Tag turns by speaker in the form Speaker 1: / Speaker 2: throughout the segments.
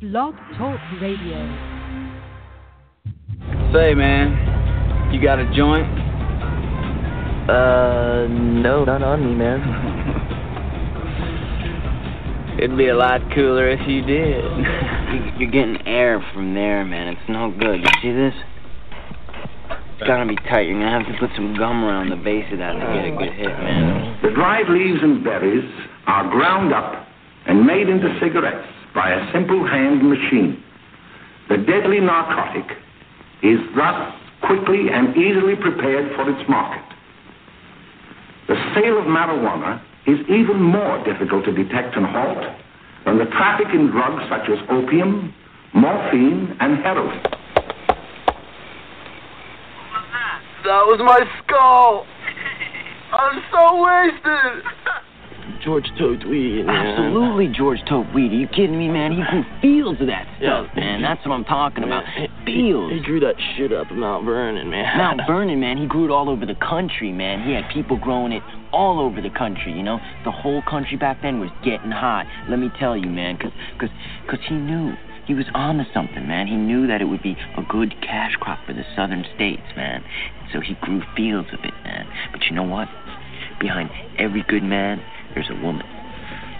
Speaker 1: Blog Talk Radio.
Speaker 2: Say, man, you got a joint?
Speaker 3: Uh, no, not on me, man.
Speaker 2: It'd be a lot cooler if you did.
Speaker 3: You- You're getting air from there, man. It's no good. You see this? It's gotta be tight. You're gonna have to put some gum around the base of that to get a good hit, man.
Speaker 4: The dried leaves and berries are ground up and made into cigarettes by a simple hand machine. The deadly narcotic is thus quickly and easily prepared for its market. The sale of marijuana is even more difficult to detect and halt than the traffic in drugs such as opium, morphine, and heroin.
Speaker 2: That was my skull. I'm so wasted.
Speaker 3: George Tote Weed. Absolutely, George Tote Weed. Are you kidding me, man? You can feel to that stuff, man. That's what I'm talking about. Feels.
Speaker 2: grew that shit up in Mount Vernon, man.
Speaker 3: Mount Vernon, man, he grew it all over the country, man. He had people growing it all over the country, you know? The whole country back then was getting hot. Let me tell you, man, because cause, 'cause he knew. He was on to something, man. He knew that it would be a good cash crop for the southern states, man. So he grew fields of it, man. But you know what? Behind every good man, there's a woman.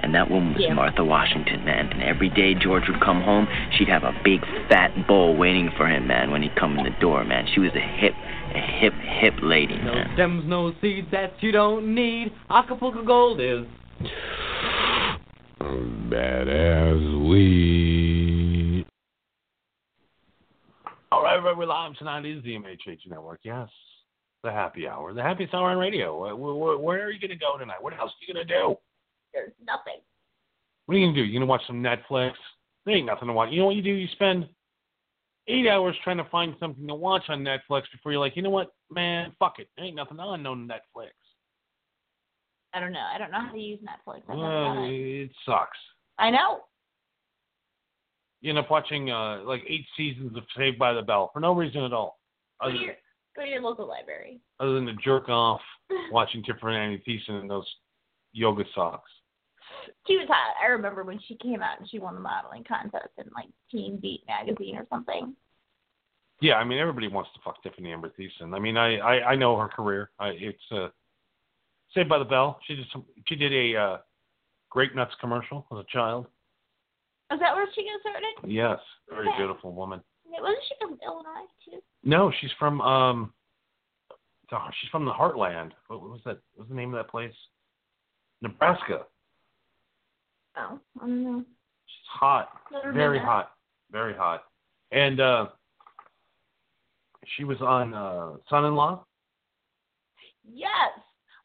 Speaker 3: And that woman was
Speaker 5: Yeah.
Speaker 3: Martha Washington, man. And every day George would come home, she'd have a big fat bowl waiting for him, man, when he'd come in the door, man. She was a hip, a hip, hip lady,
Speaker 6: No
Speaker 3: man.
Speaker 6: stems, no seeds that you don't need. Acapulco Gold is.
Speaker 7: Badass weed. All right, right, we're live tonight. It is the MHH Network. Yes, the happy hour. The happiest hour on radio. Where, where, where are you going to go tonight? What else are you going to do?
Speaker 5: There's nothing.
Speaker 7: What are you going to do? You going to watch some Netflix? There ain't nothing to watch. You know what you do? You spend eight hours trying to find something to watch on Netflix before you're like, you know what, man, fuck it. There ain't nothing on no Netflix.
Speaker 8: I don't know. I don't know how to use Netflix. I've never
Speaker 7: Uh,
Speaker 8: done it.
Speaker 7: it sucks.
Speaker 8: I know.
Speaker 7: you end up watching uh, like eight seasons of Saved by the Bell for no reason at all,
Speaker 8: Go
Speaker 7: other,
Speaker 8: to, your, go to your local library.
Speaker 7: other than to jerk off watching Tiffany Thiessen in those yoga socks.
Speaker 8: She was hot. I remember when she came out and she won the modeling contest in like Teen Beat magazine or something.
Speaker 7: Yeah, I mean everybody wants to fuck Tiffany Amber Thiessen. I mean I I, I know her career. I, it's uh, Saved by the Bell. She did some, she did a uh, Grape Nuts commercial as a child.
Speaker 8: Is that where she got started?
Speaker 7: Yes, very beautiful woman.
Speaker 8: Yeah, Wasn't she from Illinois too?
Speaker 7: No, she's from um, oh, she's from the Heartland. What what was that? What was the name of that place? Nebraska.
Speaker 8: Oh, I don't know.
Speaker 7: She's hot.
Speaker 8: Never been
Speaker 7: Very
Speaker 8: there.
Speaker 7: hot. Very hot. And uh she was on uh Son in Law.
Speaker 8: Yes,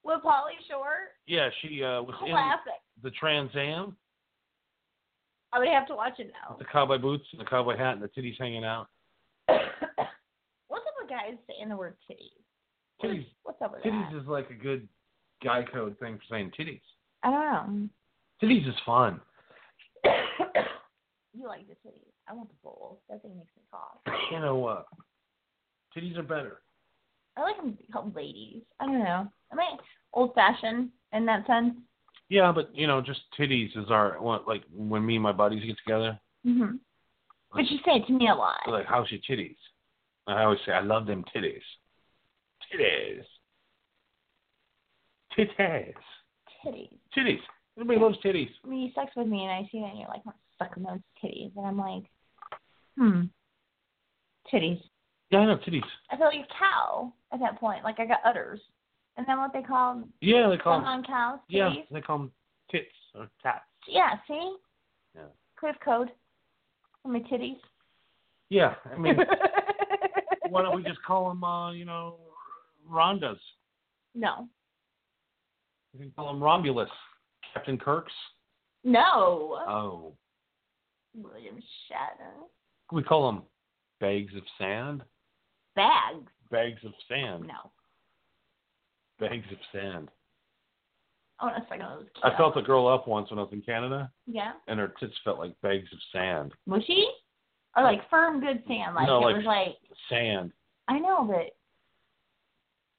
Speaker 8: with Polly Shore.
Speaker 7: Yeah, she uh was
Speaker 8: Classic.
Speaker 7: in the Trans Am,
Speaker 8: I would have to watch it now.
Speaker 7: the cowboy boots and the cowboy hat and the titties hanging out.
Speaker 8: What's up with guys saying the word titties? What is-
Speaker 7: Titties
Speaker 8: What's up with that?
Speaker 7: titties is like a good guy code thing for saying titties.
Speaker 8: I don't
Speaker 7: Titties is fun.
Speaker 8: know. you like the titties. I want the bowl. That thing makes me cough.
Speaker 7: You know uh titties are better.
Speaker 8: I like them called ladies. I don't know. I mean, old fashioned in that sense.
Speaker 7: Yeah, but you know, just titties is our what, like when me and my buddies get together,
Speaker 8: hmm But you say it to me a lot.
Speaker 7: they're like, How's your titties? And I always say, I love them titties. Titties. Titties.
Speaker 8: Titties.
Speaker 7: Titties. Everybody loves titties.
Speaker 8: I mean, you sex with me and I see that and you're like, I'm sucking those titties. And I'm like, hmm. Titties.
Speaker 7: Yeah, I know titties.
Speaker 8: I feel like a cow at that point. Like I got udders. And then what they call
Speaker 7: Yeah, they call
Speaker 8: them
Speaker 7: them.
Speaker 8: on cows?
Speaker 7: Yeah,
Speaker 8: Uh-huh. Titties?
Speaker 7: they call them tits or tats.
Speaker 8: Yeah, see?
Speaker 7: Yeah.
Speaker 8: Cliff code. For my titties.
Speaker 7: Yeah, I mean, why don't we just call them, uh, you know, Rondas?
Speaker 8: No.
Speaker 7: You Uh, can call them Romulus, Captain Kirk's.
Speaker 8: No.
Speaker 7: Oh,
Speaker 8: William Shatner.
Speaker 7: We call them bags of sand.
Speaker 8: Bags?
Speaker 7: Bags of sand.
Speaker 8: No.
Speaker 7: Bags of sand.
Speaker 8: Oh, no, second one was cute.
Speaker 7: I felt a girl up once when I was in Canada,
Speaker 8: Yeah.
Speaker 7: and her tits felt like bags of sand.
Speaker 8: Mushy? Or like firm, good sand. Like
Speaker 7: No,
Speaker 8: it
Speaker 7: like-
Speaker 8: was like,
Speaker 7: Sand.
Speaker 8: I know, but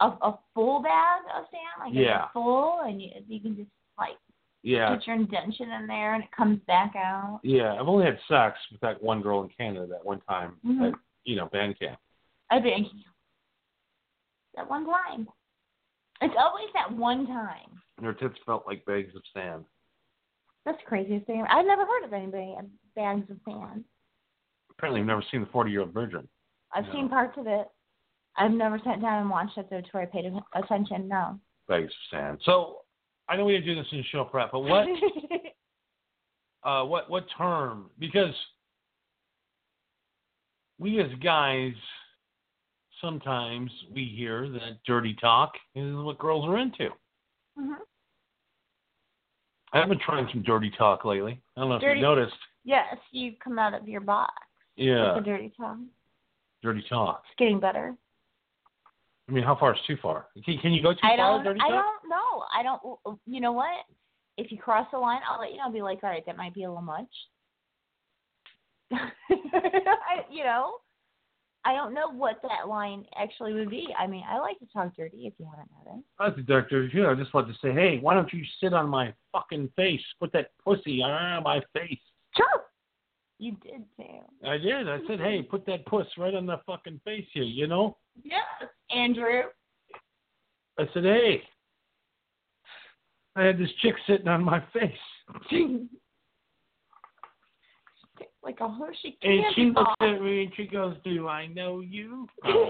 Speaker 8: a, a full bag of sand? Like it's
Speaker 7: Yeah.
Speaker 8: full, and you, you can just like
Speaker 7: Yeah.
Speaker 8: put your indention in there and it comes back out.
Speaker 7: Yeah. I've only had sex with that one girl in Canada that one time
Speaker 8: Mhm.
Speaker 7: at, you know, band camp.
Speaker 8: I bang you. That one time. It's always that one time.
Speaker 7: And her tits felt like bags of sand.
Speaker 8: That's the craziest thing. I've never heard of anybody in bags of sand.
Speaker 7: Apparently, I've never seen the 40 year old virgin.
Speaker 8: I've
Speaker 7: No.
Speaker 8: seen parts of it. I've never sat down and watched it though to where I paid attention. No.
Speaker 7: Bags of sand. So, I know we didn't do this in show prep, but what
Speaker 8: Mm-hmm.
Speaker 7: uh, what what term? Because we as guys sometimes we hear that dirty talk is what girls are into.
Speaker 8: hmm
Speaker 7: I've been trying some dirty talk lately. I don't know if
Speaker 8: Dirty-
Speaker 7: you noticed.
Speaker 8: Yes, you come out of your box
Speaker 7: Yeah,
Speaker 8: with a dirty tongue.
Speaker 7: dirty talk.
Speaker 8: It's getting better.
Speaker 7: I mean, how far is too far? Can, can you go too far
Speaker 8: I don't.
Speaker 7: with dirty
Speaker 8: I
Speaker 7: talk?
Speaker 8: don't know. I don't. You know what? If you cross the line, I'll let you know. I'll be like, all right, that might be a little much. I, you know, I don't know what that line actually would be. I mean, I like to talk dirty. If you haven't noticed,
Speaker 7: I was the director too. I just like to say, hey, why don't you sit on my fucking face? Put that pussy on my face.
Speaker 8: sure, you did too.
Speaker 7: I did. I said, hey, put that puss right on the fucking face here. You know.
Speaker 8: Yes, Andrew.
Speaker 7: I said, hey, I had this chick sitting on my face.
Speaker 8: like a Hershey
Speaker 7: And she
Speaker 8: candy
Speaker 7: looks
Speaker 8: bar.
Speaker 7: at me and she goes, Do I know you? Oh,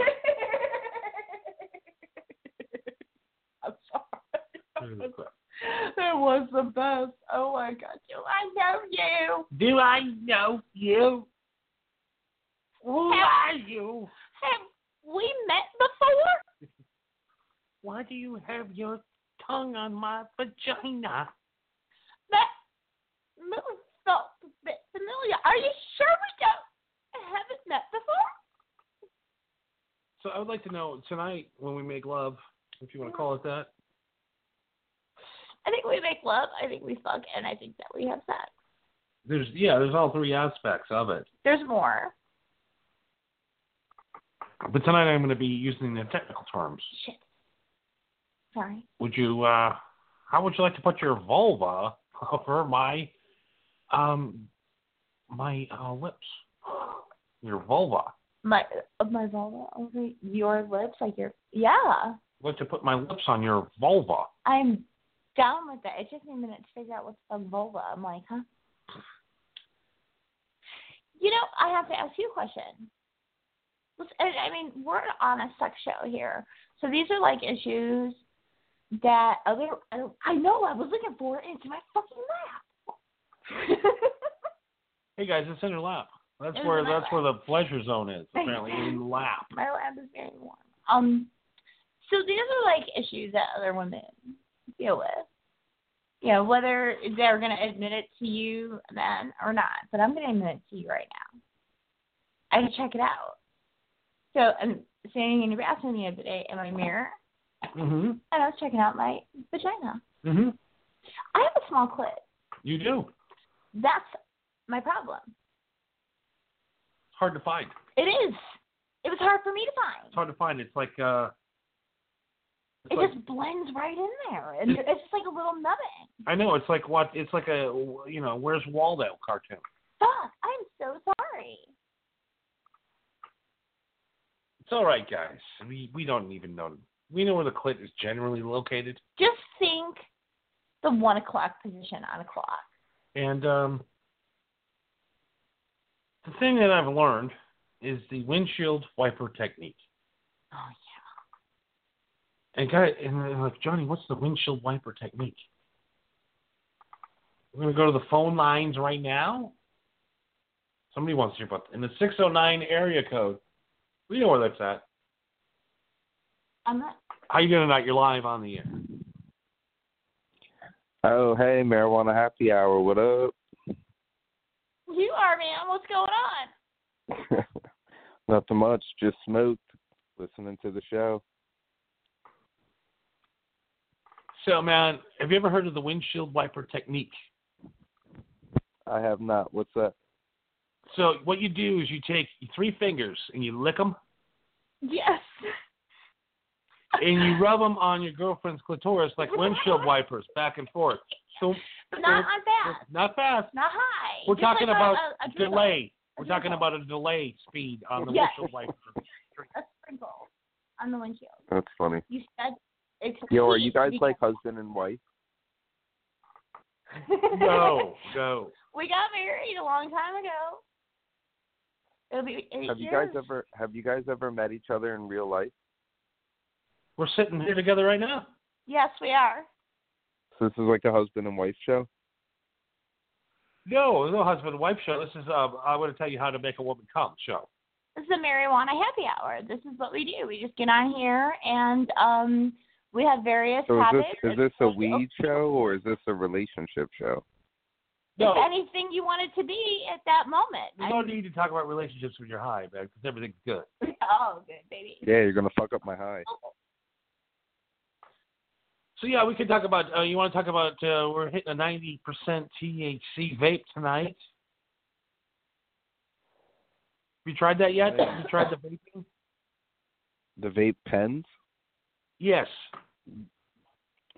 Speaker 8: I'm sorry.
Speaker 7: Jesus Christ.
Speaker 8: It was the best. Oh my god, do I know you?
Speaker 7: Do I know you? Who are you?
Speaker 8: Have we met before?
Speaker 7: Why do you have your tongue on my vagina?
Speaker 8: That move felt a bit familiar. Are you sure we don't haven't met before?
Speaker 7: So I would like to know tonight when we make love, if you want to call it that.
Speaker 8: I think we make love. I think we fuck, and I think that we have sex.
Speaker 7: There's yeah, there's all three aspects of it.
Speaker 8: There's more.
Speaker 7: But tonight I'm going to be using the technical terms.
Speaker 8: Shit. Sorry.
Speaker 7: Would you uh how would you like to put your vulva over my um my uh lips? Your vulva.
Speaker 8: My uh, my vulva over your lips, like your yeah.
Speaker 7: I'd like to put my lips on your vulva.
Speaker 8: I'm down with that. It took me a minute to figure out what's a vulva. I'm like, huh? You know, I have to ask you a question. Let's- and, I mean, we're on a sex show here, so these are like issues that other. I- I know I was looking for it, and it's in my fucking lap.
Speaker 7: Hey guys, it's in your lap. That's
Speaker 8: It's
Speaker 7: where
Speaker 8: in my
Speaker 7: that's
Speaker 8: lap.
Speaker 7: where the pleasure zone is. Apparently, in the lap.
Speaker 8: my lap is very warm. Um, so these are like issues that other women deal with. You know, whether they're going to admit it to you then or not, but I'm going to admit it to you right now. I had to check it out. So I'm standing in your bathroom the other day in my mirror,
Speaker 7: Mhm.
Speaker 8: and I was checking out my vagina.
Speaker 7: Mhm.
Speaker 8: I have a small clit.
Speaker 7: You do.
Speaker 8: That's my problem.
Speaker 7: It's hard to find.
Speaker 8: It is. It was hard for me to
Speaker 7: It's
Speaker 8: find.
Speaker 7: hard to find. It's like uh. It's
Speaker 8: It
Speaker 7: like,
Speaker 8: just blends right in there, and it's just like a little nubbing.
Speaker 7: I know. It's like what? It's like a you know. Where's Waldo cartoon?
Speaker 8: Fuck, I'm so sorry.
Speaker 7: It's all right, guys. We we don't even know. We know where the clit is generally located,
Speaker 8: Just think the one o'clock position on a clock.
Speaker 7: and um. The thing that I've learned is the windshield wiper technique.
Speaker 8: Oh yeah.
Speaker 7: And guy and they're like, Johnny, what's the windshield wiper technique? We're gonna go to the phone lines right now. Somebody wants to hear about in the six oh nine area code. We know where that's at.
Speaker 8: I'm not
Speaker 7: How you doing tonight? You're live on the air.
Speaker 9: Oh, hey, marijuana happy hour. What up?
Speaker 8: you are, man. What's going on?
Speaker 9: Nothing much. Just smoked, listening to the show.
Speaker 7: So, man, have you ever heard of the windshield wiper technique?
Speaker 9: I have not. What's that?
Speaker 7: So, what you do is you take three fingers and you lick them
Speaker 8: Yes.
Speaker 7: and you rub them on your girlfriend's clitoris like windshield wipers back and forth. So,
Speaker 8: But not on fast.
Speaker 7: not fast.
Speaker 8: Not high.
Speaker 7: We're
Speaker 8: Just
Speaker 7: talking
Speaker 8: like a-
Speaker 7: about
Speaker 8: a, a drizzle,
Speaker 7: delay. We're
Speaker 8: drizzle.
Speaker 7: talking about a delay speed on the
Speaker 8: Yes.
Speaker 7: windshield wiper.
Speaker 8: A sprinkle on the windshield.
Speaker 9: That's funny.
Speaker 8: You said it's
Speaker 9: Yo, are you guys
Speaker 8: because-
Speaker 9: like husband and wife?
Speaker 7: No, no.
Speaker 8: We got married a long time ago. It'll be eight
Speaker 9: Have you guys
Speaker 8: years.
Speaker 9: ever have you guys ever met each other in real life?
Speaker 7: We're sitting here together right now.
Speaker 8: Yes, we are.
Speaker 9: So this is like a husband and wife show.
Speaker 7: No, no husband and wife show. This is uh, I want to tell you how to make a woman come show.
Speaker 8: This is a marijuana happy hour. This is what we do. We just get on here and um, we have various
Speaker 9: So is
Speaker 8: habits.
Speaker 9: this is this a weed show or is this a relationship show?
Speaker 7: No,
Speaker 8: It's anything you want it to be at that moment.
Speaker 7: there's no need to talk about relationships when you're high, man, because everything's good.
Speaker 8: I- oh, good baby.
Speaker 9: Yeah, you're gonna fuck up my high.
Speaker 7: So yeah, we can talk about. Uh, you want to talk about? Uh, we're hitting a 90% THC vape tonight. Have you tried that yet? Have you tried the vaping?
Speaker 9: The vape pens.
Speaker 7: Yes.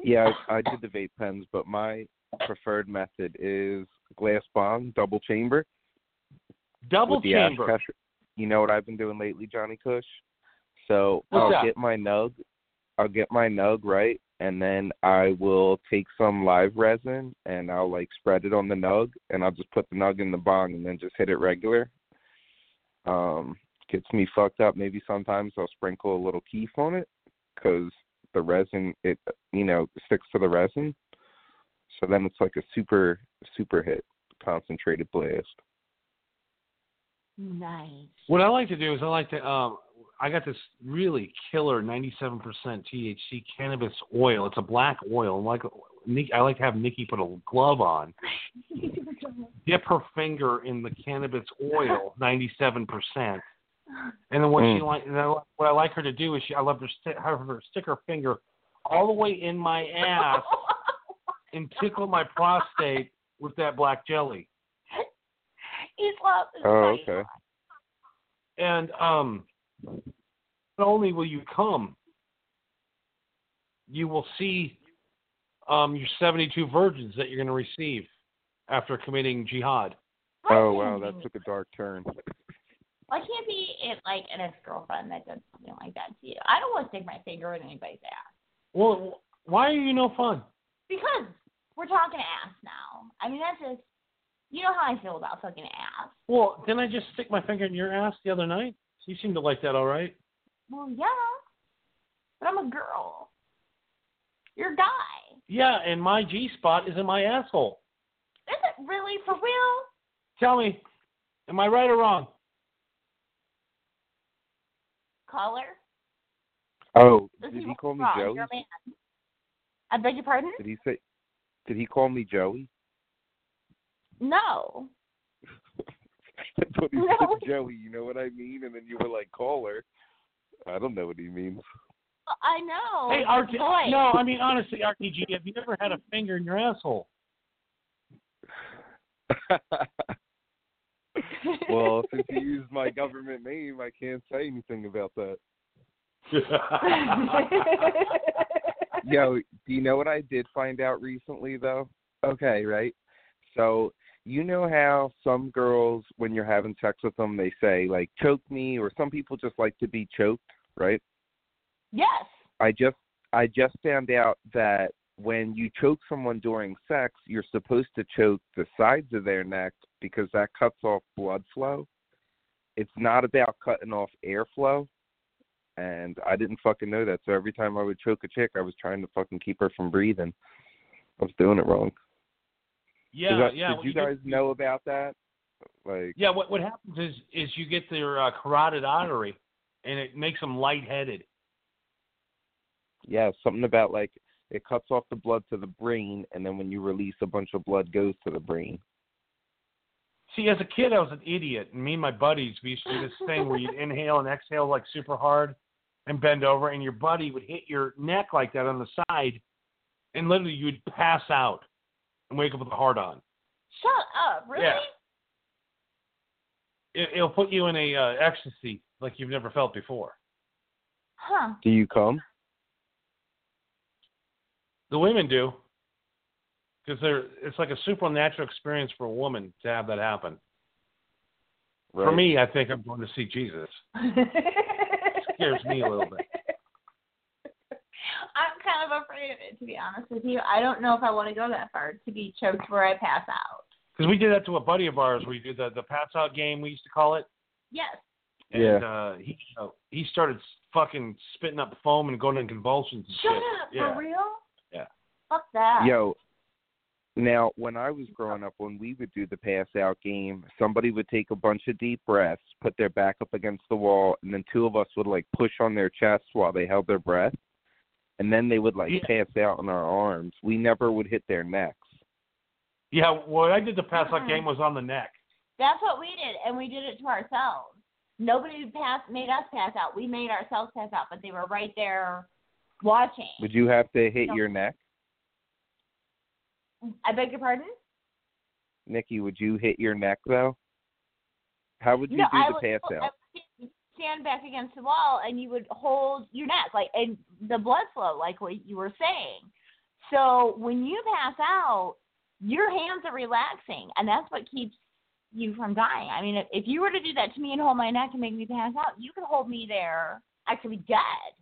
Speaker 9: Yeah, I I did the vape pens, but my preferred method is glass bong, double chamber.
Speaker 7: Double
Speaker 9: with the
Speaker 7: chamber.
Speaker 9: Oshkosh. You know what I've been doing lately, Johnny Cush? So
Speaker 7: What's
Speaker 9: I'll
Speaker 7: that?
Speaker 9: Oh, get my nug, I'll get my nug right, and then I will take some live resin and I'll like spread it on the nug, and I'll just put the nug in the bong and then just hit it regular. Um, gets me fucked up. Maybe sometimes I'll sprinkle a little keef on it because the resin it you know sticks to the resin, so then it's like a super super hit concentrated blast.
Speaker 8: Nice.
Speaker 7: What I like to do is I like to um I got this really killer 97% THC cannabis oil. It's a black oil. Like Nick- I like to have Nikki put a glove on, dip her finger in the cannabis oil, 97%. And then what she
Speaker 9: Mm.
Speaker 7: like and I, li- what I like her to do is she I love her sti- have her stick her finger all the way in my ass and tickle my prostate with that black jelly.
Speaker 8: He's love.
Speaker 9: Oh, okay.
Speaker 7: and um, not only will you come, you will see um, your 72 virgins that you're going to receive after committing jihad.
Speaker 9: Oh wow, that took a dark turn.
Speaker 8: Why can't be it like an ex girlfriend that does something like that to you? I don't want to stick my finger in anybody's ass
Speaker 7: Well, why are you no fun?
Speaker 8: because we're talking ass now. I mean, that's just you know how I feel about fucking ass.
Speaker 7: Well, didn't I just stick my finger in your ass the other night? You seem to like that, all right.
Speaker 8: Well, yeah, but I'm a girl. You're a guy.
Speaker 7: Yeah, and my G spot is in my asshole.
Speaker 8: Is it really for real?
Speaker 7: Tell me, am I right or wrong?
Speaker 8: Caller,
Speaker 9: Oh,
Speaker 8: this
Speaker 9: did
Speaker 8: is
Speaker 9: he call me
Speaker 8: wrong.
Speaker 9: Joey?
Speaker 8: You're a man. I beg your pardon?
Speaker 9: Did he say? Did he call me Joey?
Speaker 8: No.
Speaker 9: I thought he
Speaker 8: No.
Speaker 9: said Joey. You know what I mean? And then you were like caller. I don't know what he means.
Speaker 8: I know.
Speaker 7: Hey, RT.
Speaker 8: Boy.
Speaker 7: No, I mean honestly, RTG, have you ever had a finger in your asshole?
Speaker 9: well, since he used my government name, I can't say anything about that. Yo, do you know what I did find out recently though? Okay, right. So you know how some girls, when you're having sex with them, they say like "choke me," or some people just like to be choked, right?
Speaker 8: Yes.
Speaker 9: I just I just found out that when you choke someone during sex, you're supposed to choke the sides of their neck because that cuts off blood flow. It's not about cutting off airflow. And I didn't fucking know that. So every time I would choke a chick, I was trying to fucking keep her from breathing. I was doing it wrong. Is
Speaker 7: yeah,
Speaker 9: that-
Speaker 7: yeah.
Speaker 9: Did
Speaker 7: what
Speaker 9: you
Speaker 7: do-
Speaker 9: guys know about that? Like,
Speaker 7: Yeah, what what happens is is you get their uh, carotid artery, and it makes them lightheaded.
Speaker 9: yeah, something about like it cuts off the blood to the brain, and then when you release, a bunch of blood goes to the brain.
Speaker 7: See, as a kid, I was an idiot. And me and my buddies, we used to do this thing where you'd inhale and exhale like super hard and bend over, and your buddy would hit your neck like that on the side, and literally you would pass out and wake up with a hard on.
Speaker 8: Shut up, really?
Speaker 7: Yeah. It, it'll put you in a uh, ecstasy like you've never felt before.
Speaker 8: Huh.
Speaker 9: Do you come?
Speaker 7: The women do, because they're it's like a supernatural experience for a woman to have that happen. For
Speaker 9: Right.
Speaker 7: me, I think I'm going to see Jesus. Scares me a little bit.
Speaker 8: I'm kind of afraid of it, to be honest with you. I don't know if I want to go that far to be choked where I pass out.
Speaker 7: Because we did that to a buddy of ours. We did the the pass out game. We used to call it.
Speaker 8: Yes.
Speaker 7: And,
Speaker 9: Yeah.
Speaker 7: Uh, he uh, he started fucking spitting up foam and going in convulsions. And
Speaker 8: Shut
Speaker 7: shit.
Speaker 8: up,
Speaker 7: Yeah.
Speaker 8: for real?
Speaker 7: Yeah.
Speaker 8: Fuck that.
Speaker 9: Yo, now when I was growing up, when we would do the pass out game, somebody would take a bunch of deep breaths, put their back up against the wall, and then two of us would like push on their chests while they held their breath, and then they would like pass out in our arms. We never would hit their necks.
Speaker 7: Yeah. What I did the pass out
Speaker 8: Mhm.
Speaker 7: game was on the neck.
Speaker 8: That's what we did, and we did it to ourselves. Nobody passed, made us pass out. We made ourselves pass out, but they were right there watching.
Speaker 9: Would you have to hit
Speaker 8: No.
Speaker 9: your neck,
Speaker 8: I beg your pardon?
Speaker 9: Nikki? Would you hit your neck though? How would you
Speaker 8: no,
Speaker 9: do
Speaker 8: I
Speaker 9: the
Speaker 8: would,
Speaker 9: pass
Speaker 8: I
Speaker 9: out?
Speaker 8: would stand back against the wall, and you would hold your neck, like and the blood flow, like what you were saying. So when you pass out, your hands are relaxing, and that's what keeps you from dying. I mean, if, if you were to do that to me and hold my neck and make me pass out, you could hold me there. I could be dead,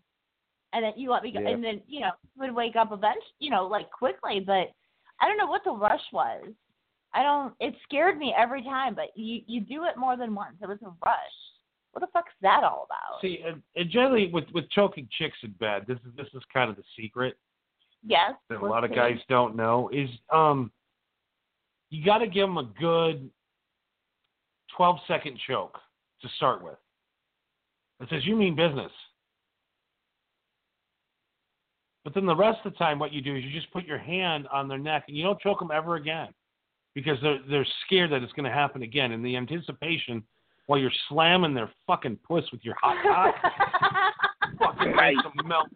Speaker 8: and then you let me go,
Speaker 9: Yeah.
Speaker 8: and then you know would wake up eventually, you know, like quickly. But I don't know what the rush was. I don't. It scared me every time, but you you do it more than once. It was a rush. What the fuck's that all about?
Speaker 7: See, and, and generally with with choking chicks in bed, this is this is kind of the secret
Speaker 8: yes,
Speaker 7: that a
Speaker 8: let's
Speaker 7: lot of
Speaker 8: see.
Speaker 7: guys don't know is um, you got to give them a good twelve second choke to start with. It says you mean business. But then the rest of the time, what you do is you just put your hand on their neck and you don't choke them ever again because they're, they're scared that it's going to happen again. And the anticipation while you're slamming their fucking puss with your hot cock fucking
Speaker 9: Right.
Speaker 7: makes them melt.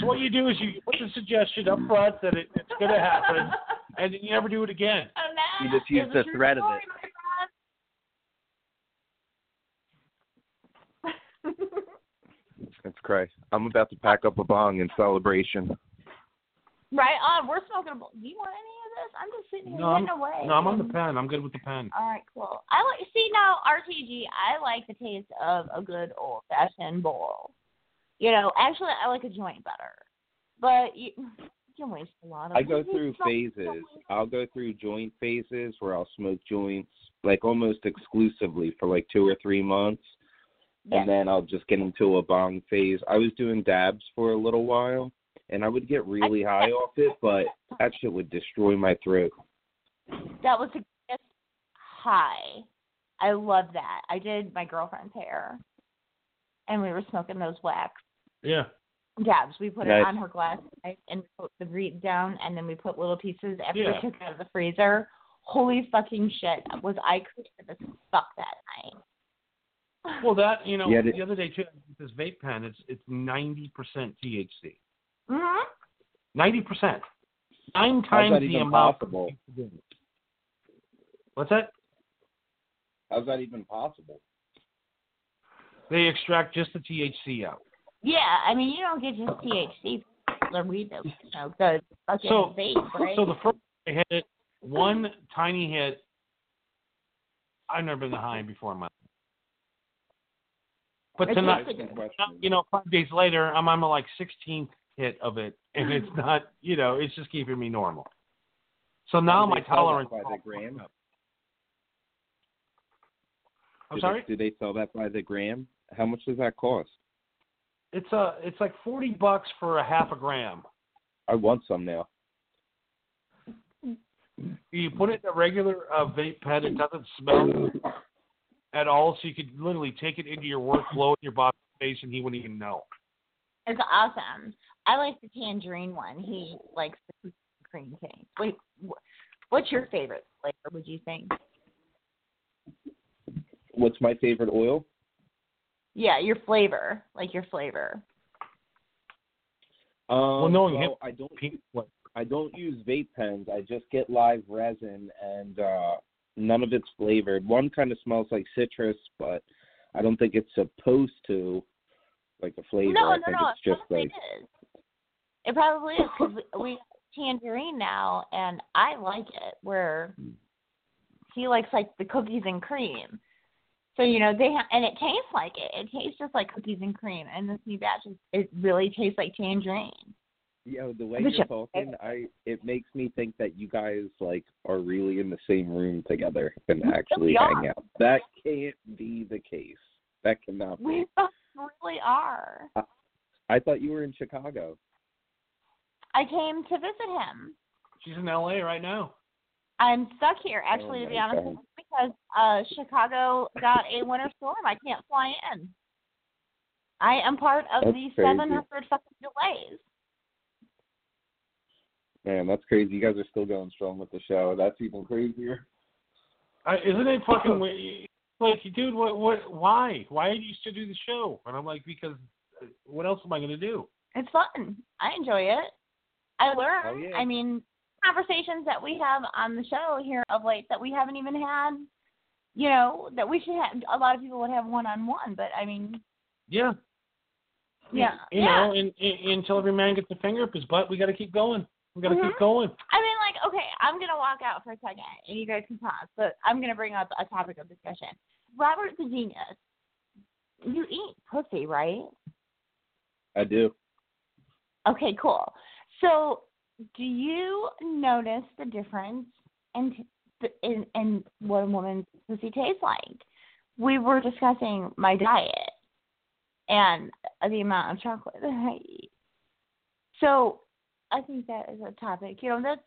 Speaker 7: So what you do is you put the suggestion up front that it, it's going to happen and then you never do it again.
Speaker 8: And that
Speaker 3: You just
Speaker 8: is
Speaker 3: use
Speaker 8: Oh, a
Speaker 3: the
Speaker 8: true
Speaker 3: threat of
Speaker 8: story,
Speaker 3: it.
Speaker 8: my friend.
Speaker 9: That's crazy. I'm about to pack up a bong in celebration.
Speaker 8: right on. We're smoking a bowl. Do you want any of this? I'm just sitting here
Speaker 7: No, I'm,
Speaker 8: getting away. Mm-hmm.
Speaker 7: no, I'm on the pen. I'm good with the pen.
Speaker 8: All right, cool. I like see now RTG. I like the taste of a good old fashioned bowl. You know, actually, I like a joint better, but you, you can waste a lot of.
Speaker 9: I go through phases. I'll go through joint phases where I'll smoke joints like almost exclusively for like two or three months,
Speaker 8: Yes.
Speaker 9: and then I'll just get into a bong phase. I was doing dabs for a little while, and I would get really high off it, but that shit would destroy my throat.
Speaker 8: That was the greatest high. I love that. I did my girlfriend's hair, and we were smoking those wax
Speaker 7: Yeah.
Speaker 8: dabs. We put
Speaker 9: Nice.
Speaker 8: it on her glass ice and put the wreath down, and then we put little pieces after
Speaker 7: Yeah.
Speaker 8: we took it out of the freezer. Holy fucking shit! Was I creative as fuck that night?
Speaker 7: Well, that you know,
Speaker 9: Yeah, the-
Speaker 7: the other day too, this vape pen, it's it's ninety percent THC,
Speaker 8: hmm
Speaker 7: ninety percent, nine
Speaker 9: How's
Speaker 7: times
Speaker 9: that
Speaker 7: the
Speaker 9: even
Speaker 7: amount.
Speaker 9: possible?
Speaker 7: What's that?
Speaker 9: How's that even possible?
Speaker 7: They extract just the THC out.
Speaker 8: Yeah, I mean you don't get just THC from the weed though, you know, the fucking
Speaker 7: So-
Speaker 8: vape, right?
Speaker 7: So the first I hit it, one tiny hit. I've never been high before in my. life. But
Speaker 8: It's
Speaker 7: tonight,
Speaker 8: just a good-
Speaker 7: you know, five days later, I'm on my like 16th hit of it, and it's not, you know, it's just keeping me normal. So now
Speaker 9: Do they
Speaker 7: my
Speaker 9: sell that
Speaker 7: tolerance.
Speaker 9: by the gram?
Speaker 7: I'm
Speaker 9: Do
Speaker 7: sorry.
Speaker 9: They, do they sell that by the gram? How much does that cost?
Speaker 7: It's a, it's like 40 bucks for a half a gram.
Speaker 9: I want some now.
Speaker 7: You put it in a regular uh, vape pen. It doesn't smell at all, so you could literally take it into your work, blow it in your boss's face, and he wouldn't even know.
Speaker 8: it's awesome. I like the tangerine one. He likes the cream thing. Wait, wh- what's your favorite flavor? Would you think?
Speaker 9: What's my favorite oil?
Speaker 8: Yeah, your flavor, like your flavor.
Speaker 9: Um,
Speaker 7: well, knowing him,
Speaker 9: I don't I don't use vape pens. I just get live resin, and uh, none of it's flavored. One kind of smells like citrus, but I don't think it's supposed to, like a flavor.
Speaker 8: no,
Speaker 9: I
Speaker 8: no,
Speaker 9: think
Speaker 8: no.
Speaker 9: it's
Speaker 8: it
Speaker 9: just
Speaker 8: probably
Speaker 9: like
Speaker 8: is. It probably is because we, we have tangerine now, and I like it. Where
Speaker 9: Mm.
Speaker 8: he likes like the cookies and cream. So you know they ha- and it tastes like it. It tastes just like cookies and cream. And this new batch, is, it really tastes like tangerine.
Speaker 9: Yo, the way
Speaker 8: Good
Speaker 9: you're
Speaker 8: job.
Speaker 9: talking, I it makes me think that you guys like are really in the same room together and actually hang
Speaker 8: are.
Speaker 9: out. That can't be the case. That cannot be.
Speaker 8: We both really are.
Speaker 9: I thought you were in Chicago.
Speaker 8: I came to visit him.
Speaker 7: She's in L.A. right now.
Speaker 8: I'm stuck here,
Speaker 7: Oh,
Speaker 8: actually, to be
Speaker 7: my
Speaker 8: honest,
Speaker 7: God.
Speaker 8: because uh, Chicago got a winter storm. I can't fly in. I am part of
Speaker 9: That's
Speaker 8: the
Speaker 9: crazy.
Speaker 8: 700 fucking delays.
Speaker 9: Man, that's crazy. You guys are still going strong with the show. That's even crazier.
Speaker 7: I, isn't it fucking we- like, dude? What? What? Why? Why do you still do the show? And I'm like, because uh, what else am I gonna do?
Speaker 8: It's fun. I enjoy it. I learn.
Speaker 7: Oh, yeah.
Speaker 8: I mean, conversations that we have on the show here of late that we haven't even had. You know that we should have. A lot of people would have one on one, but I mean,
Speaker 7: Yeah.
Speaker 8: yeah,
Speaker 7: You
Speaker 8: yeah.
Speaker 7: know, and, and until every man gets a finger up his butt, we got to keep going. We got to
Speaker 8: Mm-hmm.
Speaker 7: keep going.
Speaker 8: I mean, like, okay, I'm gonna walk out for a second, and you guys can pause, but I'm gonna bring up a topic of discussion. Robert the genius. You eat pussy, right?
Speaker 9: I do.
Speaker 8: Okay, cool. So, do you notice the difference in t- in, in what a woman's pussy tastes like? We were discussing my diet and the amount of chocolate that I eat. So, I think that is a topic. You know, that's.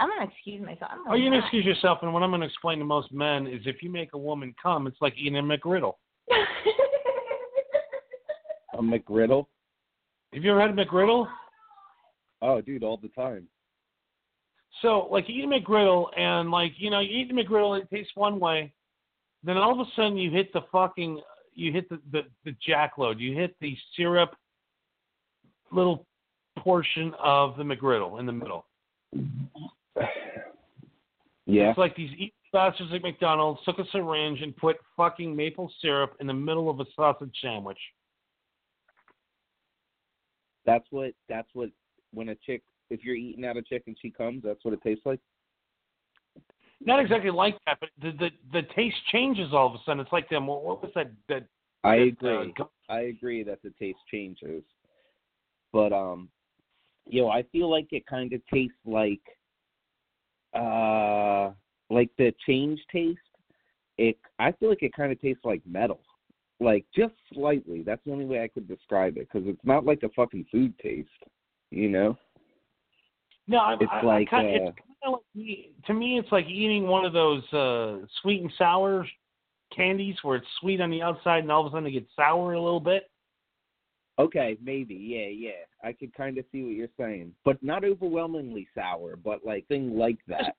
Speaker 8: I'm gonna excuse myself. I'm
Speaker 7: Are Oh, you gonna
Speaker 8: not-
Speaker 7: excuse yourself? And what I'm gonna explain to most men is, if you make a woman come, it's like eating a McGriddle.
Speaker 9: A McGriddle?
Speaker 7: Have you ever had a McGriddle?
Speaker 9: Oh, dude, all the time.
Speaker 7: So, like, you eat a McGriddle, and like, you know, you eat the McGriddle, it tastes one way. Then all of a sudden, you hit the fucking, you hit the the, the jackload. You hit the syrup little portion of the McGriddle in the middle.
Speaker 9: Yeah.
Speaker 7: It's like these evil bastards at McDonald's took a syringe and put fucking maple syrup in the middle of a sausage sandwich.
Speaker 9: That's what that's what when a chick if you're eating out a chick and she comes, that's what it tastes like.
Speaker 7: Not exactly like that, but the the, the taste changes all of a sudden. It's like them. What what was that? That
Speaker 9: I
Speaker 7: that, uh,
Speaker 9: agree.
Speaker 7: gum-
Speaker 9: I agree that the taste changes. But um you know, I feel like it kind of tastes like uh like the change taste. It I feel like it kind of tastes like metal. Like just slightly. That's the only way I could describe it cuz it's not like a fucking food taste, you know?
Speaker 7: no, I,
Speaker 9: It's
Speaker 7: I, I
Speaker 9: like
Speaker 7: kinda,
Speaker 9: uh,
Speaker 7: it's kinda like e- to me, it's like eating one of those uh, sweet and sour candies where it's sweet on the outside and all of a sudden it gets sour a little bit.
Speaker 9: Okay, maybe, yeah, yeah. I could kind of see what you're saying, but not overwhelmingly sour, but like thing like that.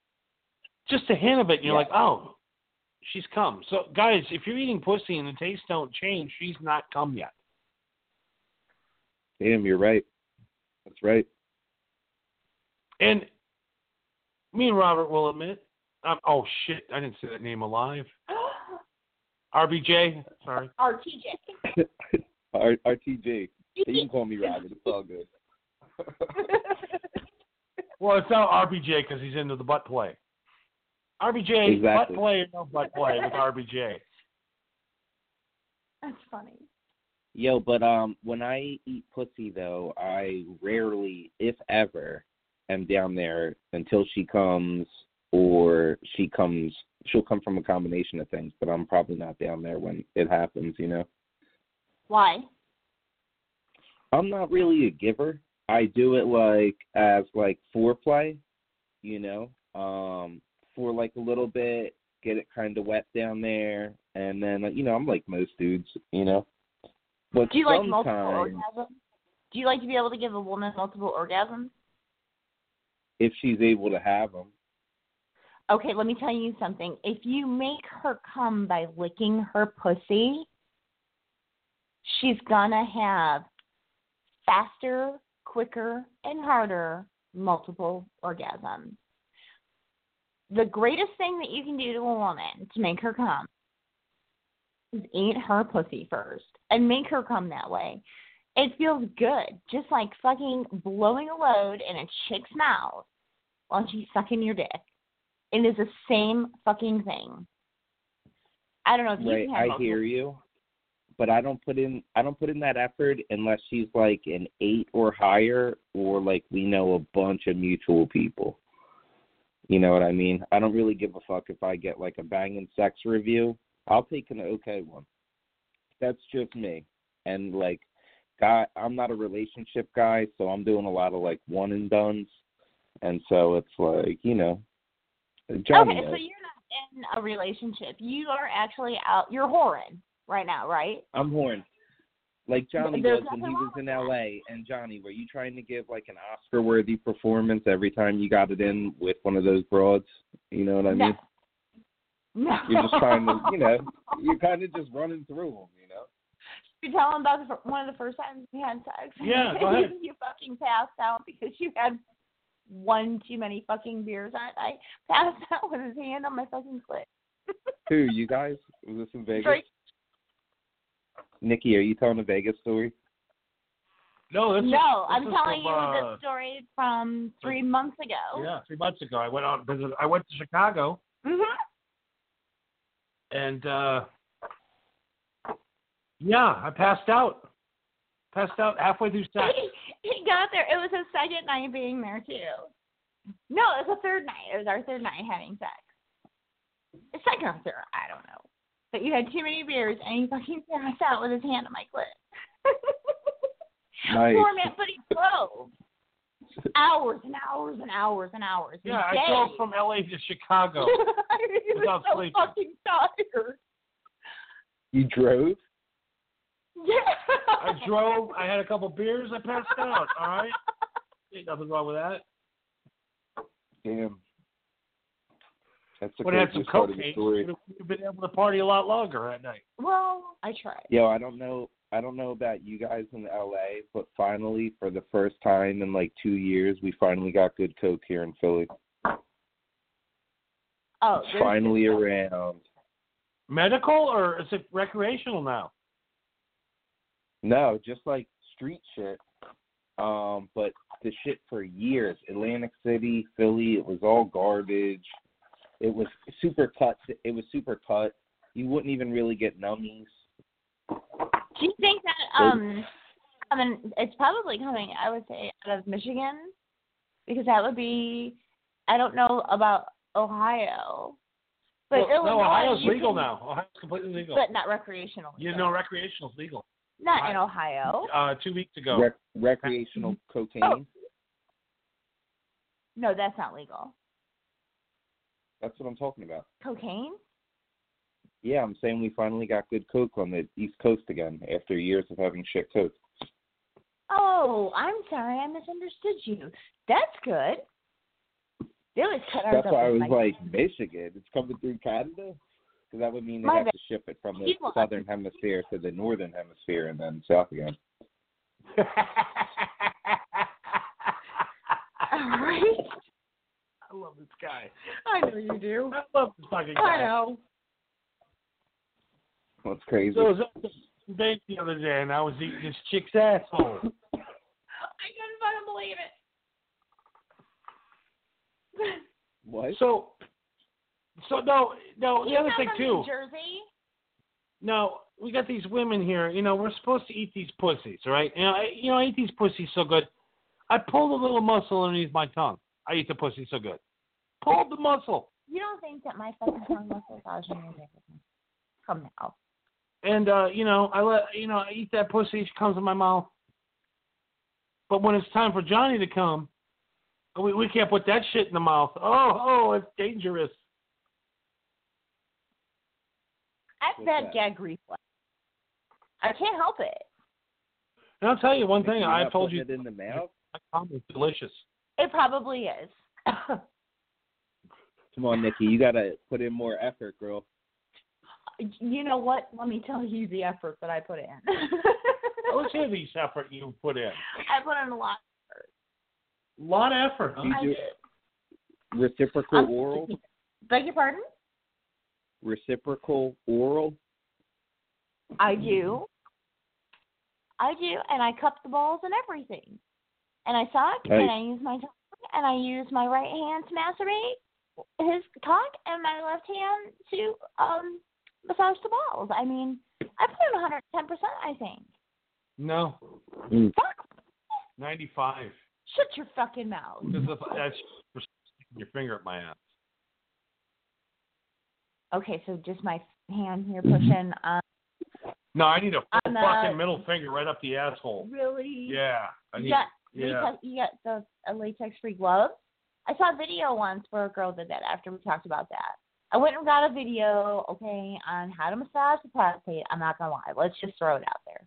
Speaker 7: Just a hint of it, and you're
Speaker 9: Yeah.
Speaker 7: like, oh, she's come. So, guys, if you're eating pussy and the tastes don't change, she's not come yet.
Speaker 9: Damn, you're right. That's right.
Speaker 7: And me and Robert will admit, um, oh shit, I didn't say that name alive. RBJ, sorry.
Speaker 8: Or TJ.
Speaker 9: R- RTJ. You can call me Robert. It's all good.
Speaker 7: Well, it's not RBJ because he's into the butt play. RBJ,
Speaker 9: Exactly.
Speaker 7: butt play or no butt play with RBJ.
Speaker 8: That's funny.
Speaker 9: Yo, but um, when I eat pussy though, I rarely, if ever, am down there until she comes, or she comes. She'll come from a combination of things, but I'm probably not down there when it happens. You know.
Speaker 8: Why?
Speaker 9: I'm not really a giver. I do it like as like foreplay, you know, um, for like a little bit, get it kind of wet down there, and then you know I'm like most dudes, you know. But
Speaker 8: Do you like multiple
Speaker 9: sometimes-
Speaker 8: orgasms? Do you like to be able to give a woman multiple orgasms?
Speaker 9: if she's able to have them.
Speaker 8: Okay, let me tell you something. If you make her come by licking her pussy, she's gonna have faster, quicker, and harder multiple orgasms. The greatest thing that you can do to a woman to make her come is eat her pussy first and make her come that way. It feels good, just like fucking blowing a load in a chick's mouth while she's sucking your dick. It is the same fucking thing. I don't know if you
Speaker 9: Right,
Speaker 8: can have
Speaker 9: I
Speaker 8: multiple-
Speaker 9: hear you, but I don't put in I don't put in that effort unless she's like an eight or higher, or like we know a bunch of mutual people. You know what I mean? I don't really give a fuck if I get like a banging sex review. I'll take an okay one. That's just me, and like, guy, I'm not a relationship guy, so I'm doing a lot of like one and done's, and so it's like you know, Johnny
Speaker 8: okay,
Speaker 9: knows.
Speaker 8: so you're not in a relationship. You are actually out. You're whoring right now, right?
Speaker 9: I'm horned. Like Johnny
Speaker 8: There's
Speaker 9: was when he
Speaker 8: nothing
Speaker 9: was in LA and Johnny, were you trying to give like an Oscar worthy performance every time you got it in with one of those broads? You know what I
Speaker 8: No.
Speaker 9: mean?
Speaker 8: No.
Speaker 9: You're just trying to you know, you're kinda just running through them, you know.
Speaker 8: You tell him about the, fir- one of the first times we had sex.
Speaker 9: Yeah, go ahead.
Speaker 8: you fucking passed out because you had one too many fucking beers. I, I passed out with his hand on my fucking clit.
Speaker 9: Who, you guys? Was this in Vegas?
Speaker 8: Drake.
Speaker 9: Nikki, are you telling a Vegas story?
Speaker 7: No, this is-
Speaker 8: no,
Speaker 7: this
Speaker 8: I'm
Speaker 7: is
Speaker 8: telling
Speaker 7: from,
Speaker 8: you
Speaker 7: uh,
Speaker 8: this story from three months ago.
Speaker 7: Yeah, three months ago, I went out. Visit, I went to Chicago,
Speaker 8: Mm-hmm.
Speaker 7: and uh yeah, I passed out. Passed out halfway through sex.
Speaker 8: he got there. It was his second night being there too. No, it was the third night. It was our third night having sex. The second or third, I don't know. But you had too many beers and he fucking passed out with his hand on my clit.
Speaker 9: Nice.
Speaker 8: Poor man, but he drove hours and hours and hours and hours.
Speaker 7: Yeah, I
Speaker 8: Days.
Speaker 7: drove from LA to Chicago.
Speaker 8: he was
Speaker 7: without
Speaker 8: so
Speaker 7: sleeping.
Speaker 8: fucking tired.
Speaker 9: You drove?
Speaker 8: Yeah.
Speaker 7: I drove. I had a couple beers. I passed out. All right, ain't nothing wrong with that.
Speaker 9: Damn. That's a
Speaker 7: Would have had some
Speaker 9: craziest part of the
Speaker 7: cocaine.
Speaker 9: story.
Speaker 7: Would have been able to party a lot longer at night.
Speaker 8: Well, I tried.
Speaker 9: Yo, I don't know. I don't know about you guys in LA, but finally, for the first time in like two years, we finally got good coke here in Philly.
Speaker 8: Oh,
Speaker 9: It's
Speaker 8: there's-
Speaker 9: finally around.
Speaker 7: Medical or is it recreational now?
Speaker 9: No, just like street shit. Um, but the shit for years, Atlantic City, Philly, it was all garbage. It was super cut. It was super cut. You wouldn't even really get nummies.
Speaker 8: Do you think that um, I mean, it's probably coming. I would say out of Michigan, because that would be. I don't know about Ohio, but
Speaker 7: Well,
Speaker 8: Illinois.
Speaker 7: no, Ohio's
Speaker 8: you
Speaker 7: legal
Speaker 8: can-
Speaker 7: now. Ohio's completely legal.
Speaker 8: but not recreational.
Speaker 7: You know, recreational's legal.
Speaker 8: Not in Ohio.
Speaker 7: Uh, two weeks ago.
Speaker 9: Rec- recreational cocaine.
Speaker 8: Oh. No, that's not legal.
Speaker 9: That's what I'm talking about.
Speaker 8: Cocaine.
Speaker 9: Yeah, I'm saying we finally got good coke on the East Coast again after years of having shit coke.
Speaker 8: Oh, I'm sorry, I misunderstood you. That's good. They always cut
Speaker 9: That's
Speaker 8: ourselves
Speaker 9: why I was
Speaker 8: like
Speaker 9: like, Michigan, it's coming through Canada? Because that would mean they
Speaker 8: My
Speaker 9: have
Speaker 8: bad.
Speaker 9: to ship it from the
Speaker 8: You lost.
Speaker 9: southern hemisphere to the northern hemisphere and then south again.
Speaker 8: Right?
Speaker 7: I love this guy.
Speaker 8: I know you do.
Speaker 7: I love this fucking guy.
Speaker 8: I know.
Speaker 9: That's crazy.
Speaker 7: So I was at the bank the other day, and I was eating this chick's asshole.
Speaker 8: I couldn't fucking believe it.
Speaker 9: what?
Speaker 7: So, so no, no. The
Speaker 8: He's
Speaker 7: other
Speaker 8: not
Speaker 7: thing
Speaker 8: from
Speaker 7: too.
Speaker 8: New Jersey.
Speaker 7: Now we got these women here. You know, we're supposed to eat these pussies, right? You know, I, you know, I eat these pussies so good. I pulled a little muscle underneath my tongue. I eat the pussy so good. Pulled the muscle,
Speaker 8: You don't think that my fucking tongue was massaging your dick? Come now.
Speaker 7: and uh, you know, I let you know, I eat that pussy. She comes in my mouth. But when it's time for Johnny to come, we we can't put that shit in the mouth. Oh, oh, it's dangerous.
Speaker 8: I've
Speaker 9: What's
Speaker 8: bad
Speaker 9: that?
Speaker 8: gag reflex. I can't help it.
Speaker 7: And I'll tell you one
Speaker 9: If
Speaker 7: thing.
Speaker 9: you're
Speaker 7: I
Speaker 9: not
Speaker 7: told
Speaker 9: putting
Speaker 7: you
Speaker 9: it in the mouth.
Speaker 7: that cum is delicious.
Speaker 8: It probably is.
Speaker 9: Come on, Nikki, you gotta put in more effort, girl.
Speaker 8: you know what? Let me tell you the effort that I put in.
Speaker 9: Oh,
Speaker 7: Let's hear the effort you put in.
Speaker 8: I put in a lot.
Speaker 7: A lot of effort. Huh?
Speaker 9: You
Speaker 8: I
Speaker 9: do
Speaker 8: did.
Speaker 9: reciprocal oral,
Speaker 8: Beg your pardon?
Speaker 9: reciprocal oral.
Speaker 8: I do. I do, and I cup the balls and everything. And I suck,
Speaker 9: Nice.
Speaker 8: and I use my tongue, and I use my right hand to masturbate his cock, and my left hand to um massage the balls. I mean, I put in 110 percent. I think.
Speaker 7: No,
Speaker 8: Fuck!
Speaker 7: ninety-five.
Speaker 8: Shut your fucking mouth.
Speaker 7: Because if that's your finger up my ass.
Speaker 8: Okay, so just my hand here pushing. Um,
Speaker 7: No, I need a
Speaker 8: I'm, uh,
Speaker 7: fucking middle finger right up the asshole.
Speaker 8: really?
Speaker 7: Yeah, I need.
Speaker 8: You got
Speaker 7: yeah.
Speaker 8: latex, you got the uh, latex-free gloves. I saw a video once where a girl did that after we talked about that. I went and got a video, okay, on how to massage the prostate. I'm not gonna lie, let's just throw it out there.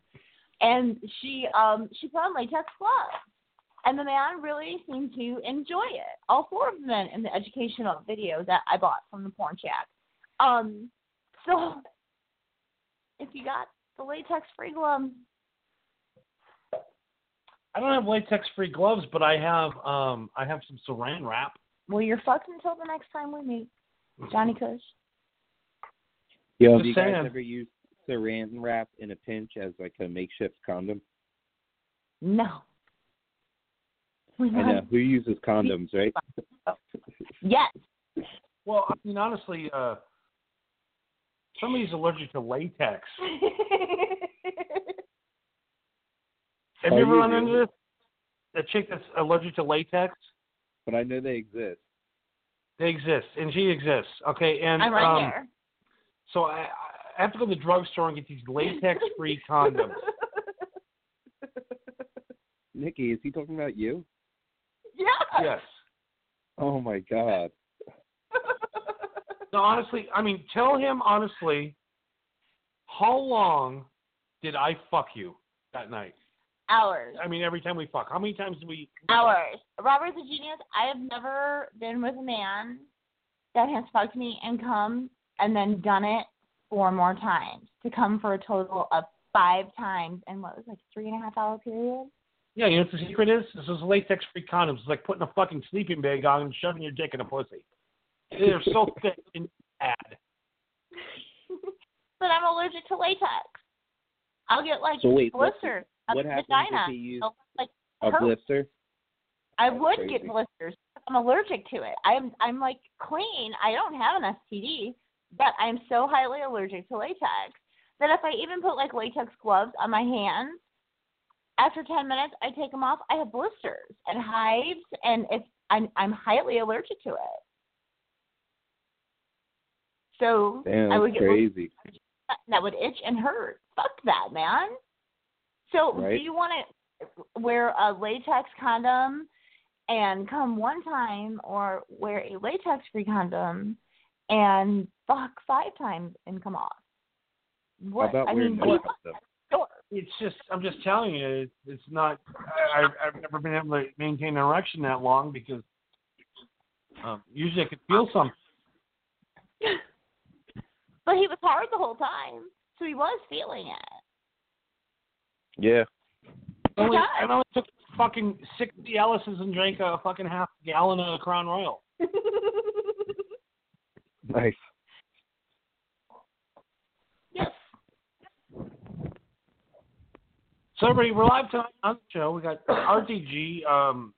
Speaker 8: And she, um, she put on latex gloves, and the man really seemed to enjoy it. All four of the men in the educational video that I bought from the porn shack. Um, so if you got the latex-free gloves,
Speaker 7: I don't have latex-free gloves, but I have um I have some Saran wrap.
Speaker 8: well, you're fucked until the next time we meet,
Speaker 9: Mm-hmm.
Speaker 8: Johnny Cush.
Speaker 9: Yo,
Speaker 7: Just
Speaker 9: have you guys
Speaker 7: saying.
Speaker 9: ever used saran wrap in a pinch as like a makeshift condom?
Speaker 8: No. We
Speaker 9: I know
Speaker 8: love-
Speaker 9: who uses condoms, right?
Speaker 8: Yes.
Speaker 7: Well, I mean honestly, uh, somebody's allergic to latex. Have
Speaker 9: Oh,
Speaker 7: you ever
Speaker 9: you
Speaker 7: run
Speaker 9: do.
Speaker 7: into this? A chick that's allergic to latex?
Speaker 9: But I know they exist.
Speaker 7: They exist, and she exists. Okay, and
Speaker 8: I'm right
Speaker 7: um,
Speaker 8: here.
Speaker 7: so I, I have to go to the drugstore and get these latex-free condoms.
Speaker 9: Nikki, is he talking about you?
Speaker 8: Yeah.
Speaker 7: Yes.
Speaker 9: Oh my god.
Speaker 7: No, honestly, I mean, tell him honestly, how long did I fuck you that night?
Speaker 8: Hours.
Speaker 7: I mean, every time we fuck, how many times did we?
Speaker 8: Hours. Robert the genius. I have never been with a man that has fucked me and come and then done it four more times to come for a total of five times in what was like a three and a half hour period.
Speaker 7: Yeah, you know what the secret is? This is latex-free condoms. It's like putting a fucking sleeping bag on and shoving your dick in a pussy. They're so thick and bad.
Speaker 8: But I'm allergic to latex. I'll get like
Speaker 9: So wait, what-
Speaker 8: blisters up
Speaker 9: What
Speaker 8: the
Speaker 9: happens
Speaker 8: vagina.
Speaker 9: if he used
Speaker 8: I'll, like
Speaker 9: a
Speaker 8: hurt.
Speaker 9: blister?
Speaker 8: I
Speaker 9: That's
Speaker 8: would
Speaker 9: crazy.
Speaker 8: get blisters. I'm allergic to it. I'm I'm like clean. I don't have an STD, but I'm so highly allergic to latex that if I even put like latex gloves on my hands, after 10 minutes I take them off. I have blisters and hives, and it's I'm I'm highly allergic to it. So
Speaker 9: Damn,
Speaker 8: I
Speaker 9: that's
Speaker 8: would get blisters
Speaker 9: crazy.
Speaker 8: that would itch and hurt. Fuck that, man. So
Speaker 9: Right.
Speaker 8: do you want to wear a latex condom and come one time, or wear a latex-free condom and fuck five times and come off? What
Speaker 9: How about
Speaker 8: I
Speaker 9: wearing
Speaker 8: mean, what
Speaker 9: no
Speaker 8: do
Speaker 9: condom?
Speaker 8: you want?
Speaker 7: It's just, I'm just telling you, it's, it's not. I, I've- I've never been able to maintain an erection that long because um, usually I could feel something.
Speaker 8: But he was hard the whole time, so he was feeling it.
Speaker 9: Yeah.
Speaker 7: I only,
Speaker 8: Yeah.
Speaker 7: I only took fucking six Ellis's and drank a fucking half gallon of Crown Royal.
Speaker 9: Nice.
Speaker 8: yes.
Speaker 7: So everybody, we're live tonight on the show. We got RTG, um,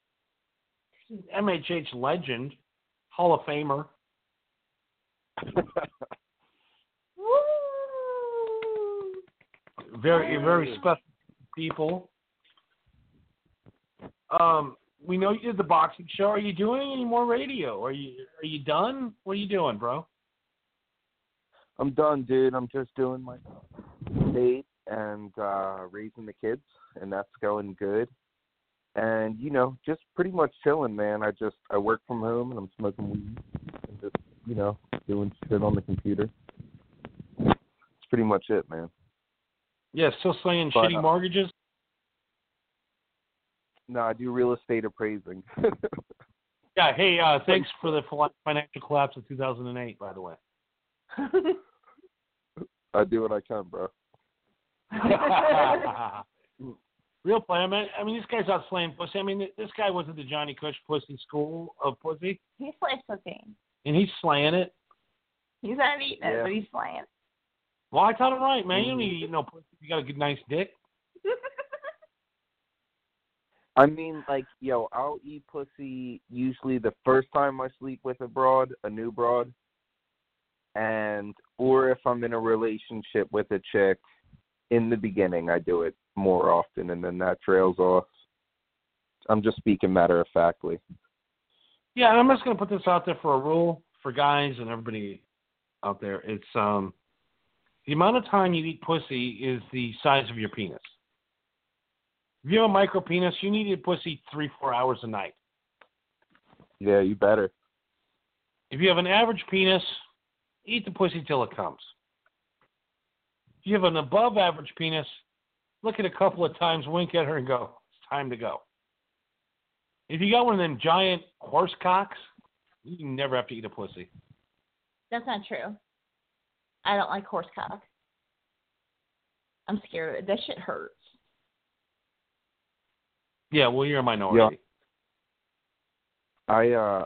Speaker 7: MHH legend, Hall of Famer.
Speaker 8: Woo.
Speaker 7: Very very special people. Um, we know you did the boxing show. Are you doing any more radio? Are you are you done? What are you doing, bro?
Speaker 9: I'm done, dude. I'm just doing my date and uh raising the kids and that's going good. And you know, just pretty much chilling, man. I just I work from home and I'm smoking weed and just, you know, doing shit on the computer. That's pretty much it, man.
Speaker 7: Yeah, still slinging
Speaker 9: But,
Speaker 7: shitty
Speaker 9: uh,
Speaker 7: mortgages.
Speaker 9: No, I do real estate appraising.
Speaker 7: Yeah, hey, uh, thanks for the fla- financial collapse of 2008, by the way.
Speaker 9: I do what I can, bro.
Speaker 7: Real play. I mean, I mean, this guy's out slaying pussy. I mean, th- this guy wasn't the Johnny Cush pussy school of pussy,
Speaker 8: He's slice cooking.
Speaker 7: and he's slaying it.
Speaker 8: He's not eating it,
Speaker 7: Yeah.
Speaker 8: but he's slaying.
Speaker 7: Well, I taught him right, man. You don't need to eat no pussy. if You got a good, nice dick.
Speaker 9: I mean, like, yo, I'll eat pussy usually the first time I sleep with a broad, a new broad, and or if I'm in a relationship with a chick, in the beginning I do it more often, and then that trails off. I'm just speaking matter of factly.
Speaker 7: Yeah, and I'm just gonna put this out there for a rule for guys and everybody out there. It's um, the amount of time you eat pussy is the size of your penis. If you have a micro penis, you need to eat pussy three, four hours a night.
Speaker 9: Yeah, you better.
Speaker 7: If you have an average penis, eat the pussy till it comes. If you have an above average penis, look at a couple of times, wink at her, and go, it's time to go. If you got one of them giant horse cocks, you never have to eat a pussy.
Speaker 8: That's not true. I don't like horse cock. I'm scared of it. That shit hurts.
Speaker 7: Yeah, well, you're a minority.
Speaker 9: I uh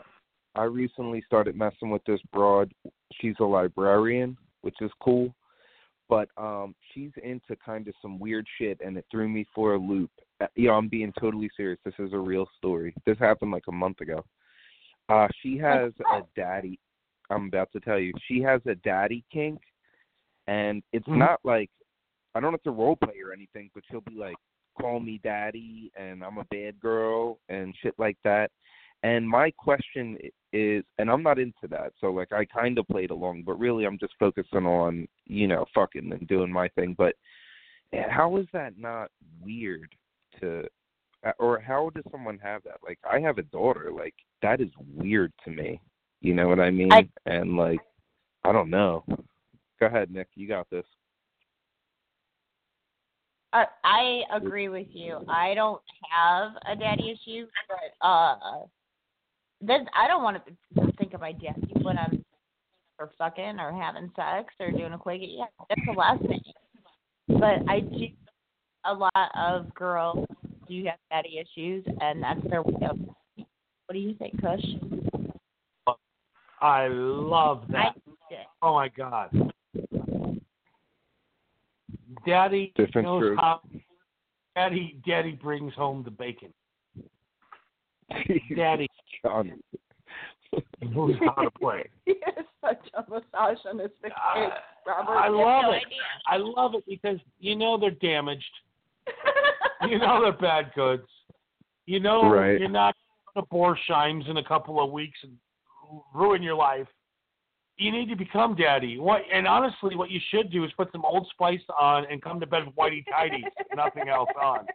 Speaker 9: I recently started messing with this broad. She's a librarian, which is cool. But um she's into kind of some weird shit and it threw me for a loop. Uh, Yo, I'm being totally serious. This is a real story. This happened like a month ago. Uh she has a daddy I'm about to tell you. She has a daddy kink and it's
Speaker 7: Mhm.
Speaker 9: not like I don't have to role play or anything, but she'll be like, Call me daddy and I'm a bad girl and shit like that. And my question i- is, and I'm not into that, so like I kind of played along, but really I'm just focusing on, you know, fucking and doing my thing. But eh, how is that not weird to, or how does someone have that? Like I have a daughter, like that is weird to me. You know what I mean?
Speaker 8: I-
Speaker 9: and like, I don't know. Go ahead, Nick. You got this.
Speaker 8: I, Uh, I agree with you. I don't have a daddy issue, but uh, this I don't want to think of my daddy when I'm or fucking or having sex or doing a quickie. Yeah, that's the last thing. But I do. A lot of girls do have daddy issues, and that's their way of. What do you think, Kush?
Speaker 7: I love that. oh my god. Daddy
Speaker 9: Different
Speaker 7: knows
Speaker 9: strokes.
Speaker 7: how Daddy Daddy brings home the bacon. Daddy
Speaker 9: John.
Speaker 7: knows how to play.
Speaker 8: He is such a misogynist. Robert,
Speaker 7: Ah, I
Speaker 8: You
Speaker 7: love
Speaker 8: have no
Speaker 7: it.
Speaker 8: idea.
Speaker 7: I love it because you know they're damaged. you know they're bad goods. You know
Speaker 9: Right.
Speaker 7: you're not going to bore shimes in a couple of weeks and ruin your life. You need to become daddy. What and honestly, what you should do is put some Old Spice on and come to bed with whitey tidies, nothing else on,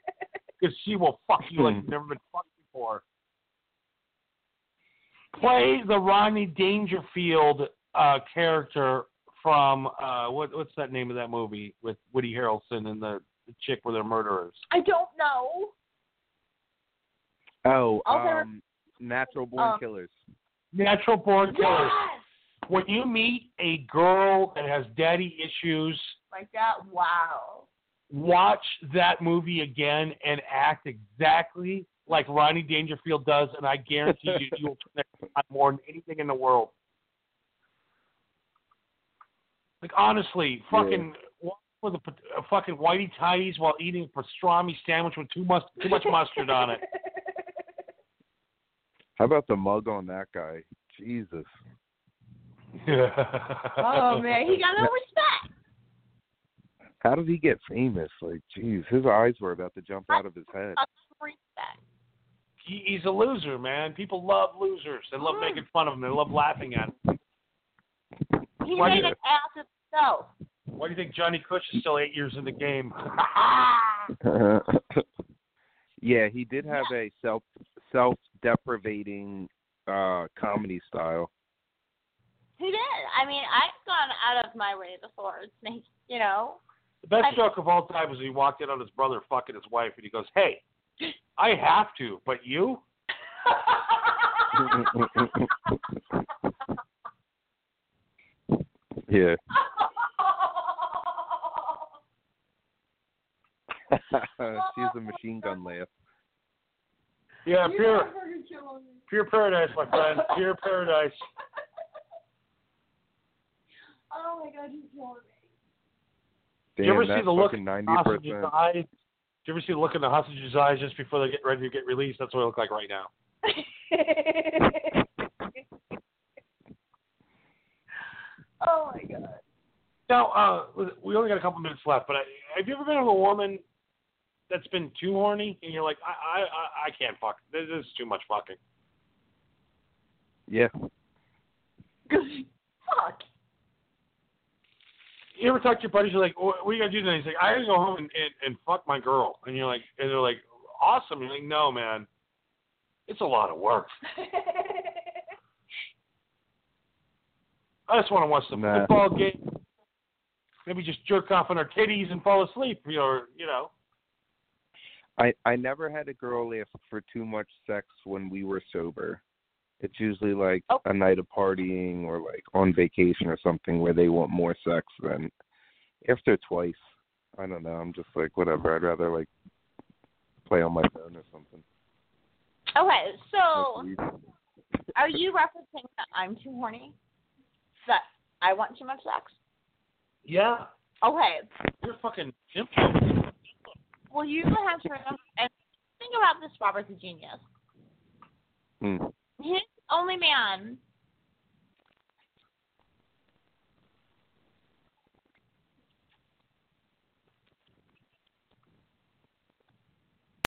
Speaker 7: because she will fuck you like you've never been fucked before. Play the Rodney Dangerfield uh, character from uh, what what's that name of that movie with Woody Harrelson and the, the chick where they're murderers?
Speaker 8: I don't know.
Speaker 9: Oh,
Speaker 8: Also-
Speaker 9: um, natural born
Speaker 8: Um,
Speaker 9: killers.
Speaker 7: Natural born killers.
Speaker 8: Yes!
Speaker 7: When you meet a girl that has daddy issues,
Speaker 8: Like that. Wow.
Speaker 7: watch that movie again and act exactly like Ronnie Dangerfield does, and I guarantee you, you will turn that on more than anything in the world. Like honestly, fucking walk with a, pat- a fucking whitey tidies while eating a pastrami sandwich with too much too much mustard on it.
Speaker 9: How about the mug on that guy? Jesus.
Speaker 8: Oh man, he got no respect.
Speaker 9: How did he get famous? Like, jeez, his eyes were about to jump out of his head.
Speaker 8: Respect.
Speaker 7: He, he's a loser, man. People love losers. They love making fun of them. They love laughing at them.
Speaker 8: He
Speaker 7: Why
Speaker 8: made
Speaker 7: do-
Speaker 8: an ass of himself.
Speaker 7: Why do you think Johnny Cush is still eight years in the game?
Speaker 8: Ah.
Speaker 9: yeah, he did have a self self deprivating uh comedy style.
Speaker 8: He did. I mean, I've gone out of my way before. It's like, you know,
Speaker 7: The best
Speaker 8: I-
Speaker 7: joke of all time was he walked in on his brother fucking his wife, and he goes, "Hey, I have to, but you?
Speaker 9: yeah. She's a machine gun laugh.
Speaker 7: Yeah, pure, pure paradise, my friend. Pure paradise.
Speaker 8: Oh my god, you're killing me.
Speaker 7: Did you ever
Speaker 9: Damn,
Speaker 7: see
Speaker 9: that
Speaker 7: the look
Speaker 9: fucking
Speaker 7: in the hostage's
Speaker 9: 90%.
Speaker 7: eyes? Did you ever see the look in the hostage's eyes just before they get ready to get released? That's what I look like right now.
Speaker 8: oh my god.
Speaker 7: Now, uh, we only got a couple minutes left, but I, have you ever been with a woman that's been too horny and you're like, I, I, I, I can't fuck. This is too much fucking.
Speaker 9: Yeah.
Speaker 8: Fuck.
Speaker 7: You ever talk to your buddies? You're like, what, what are you gonna do tonight? He's like, I gotta go home and, and, and fuck my girl. And you're like, and they're like, awesome. You're like, no, man, it's a lot of work. I just want to watch the
Speaker 9: Nah.
Speaker 7: football game. Maybe just jerk off on her titties and fall asleep. You know, or, you know.
Speaker 9: I I never had a girl ask for too much sex when we were sober. It's usually like a night of partying or like on vacation or something where they want more sex than after twice. I don't know. I'm just like whatever. I'd rather like play on my phone or something.
Speaker 8: Okay, so
Speaker 9: Like,
Speaker 8: are you referencing that I'm too horny? That I want too much sex?
Speaker 7: Yeah,
Speaker 8: Okay,
Speaker 7: you're a fucking nympho.
Speaker 8: well, you have to remember, and think about this Robert's a genius.
Speaker 9: hmm.
Speaker 8: His only man.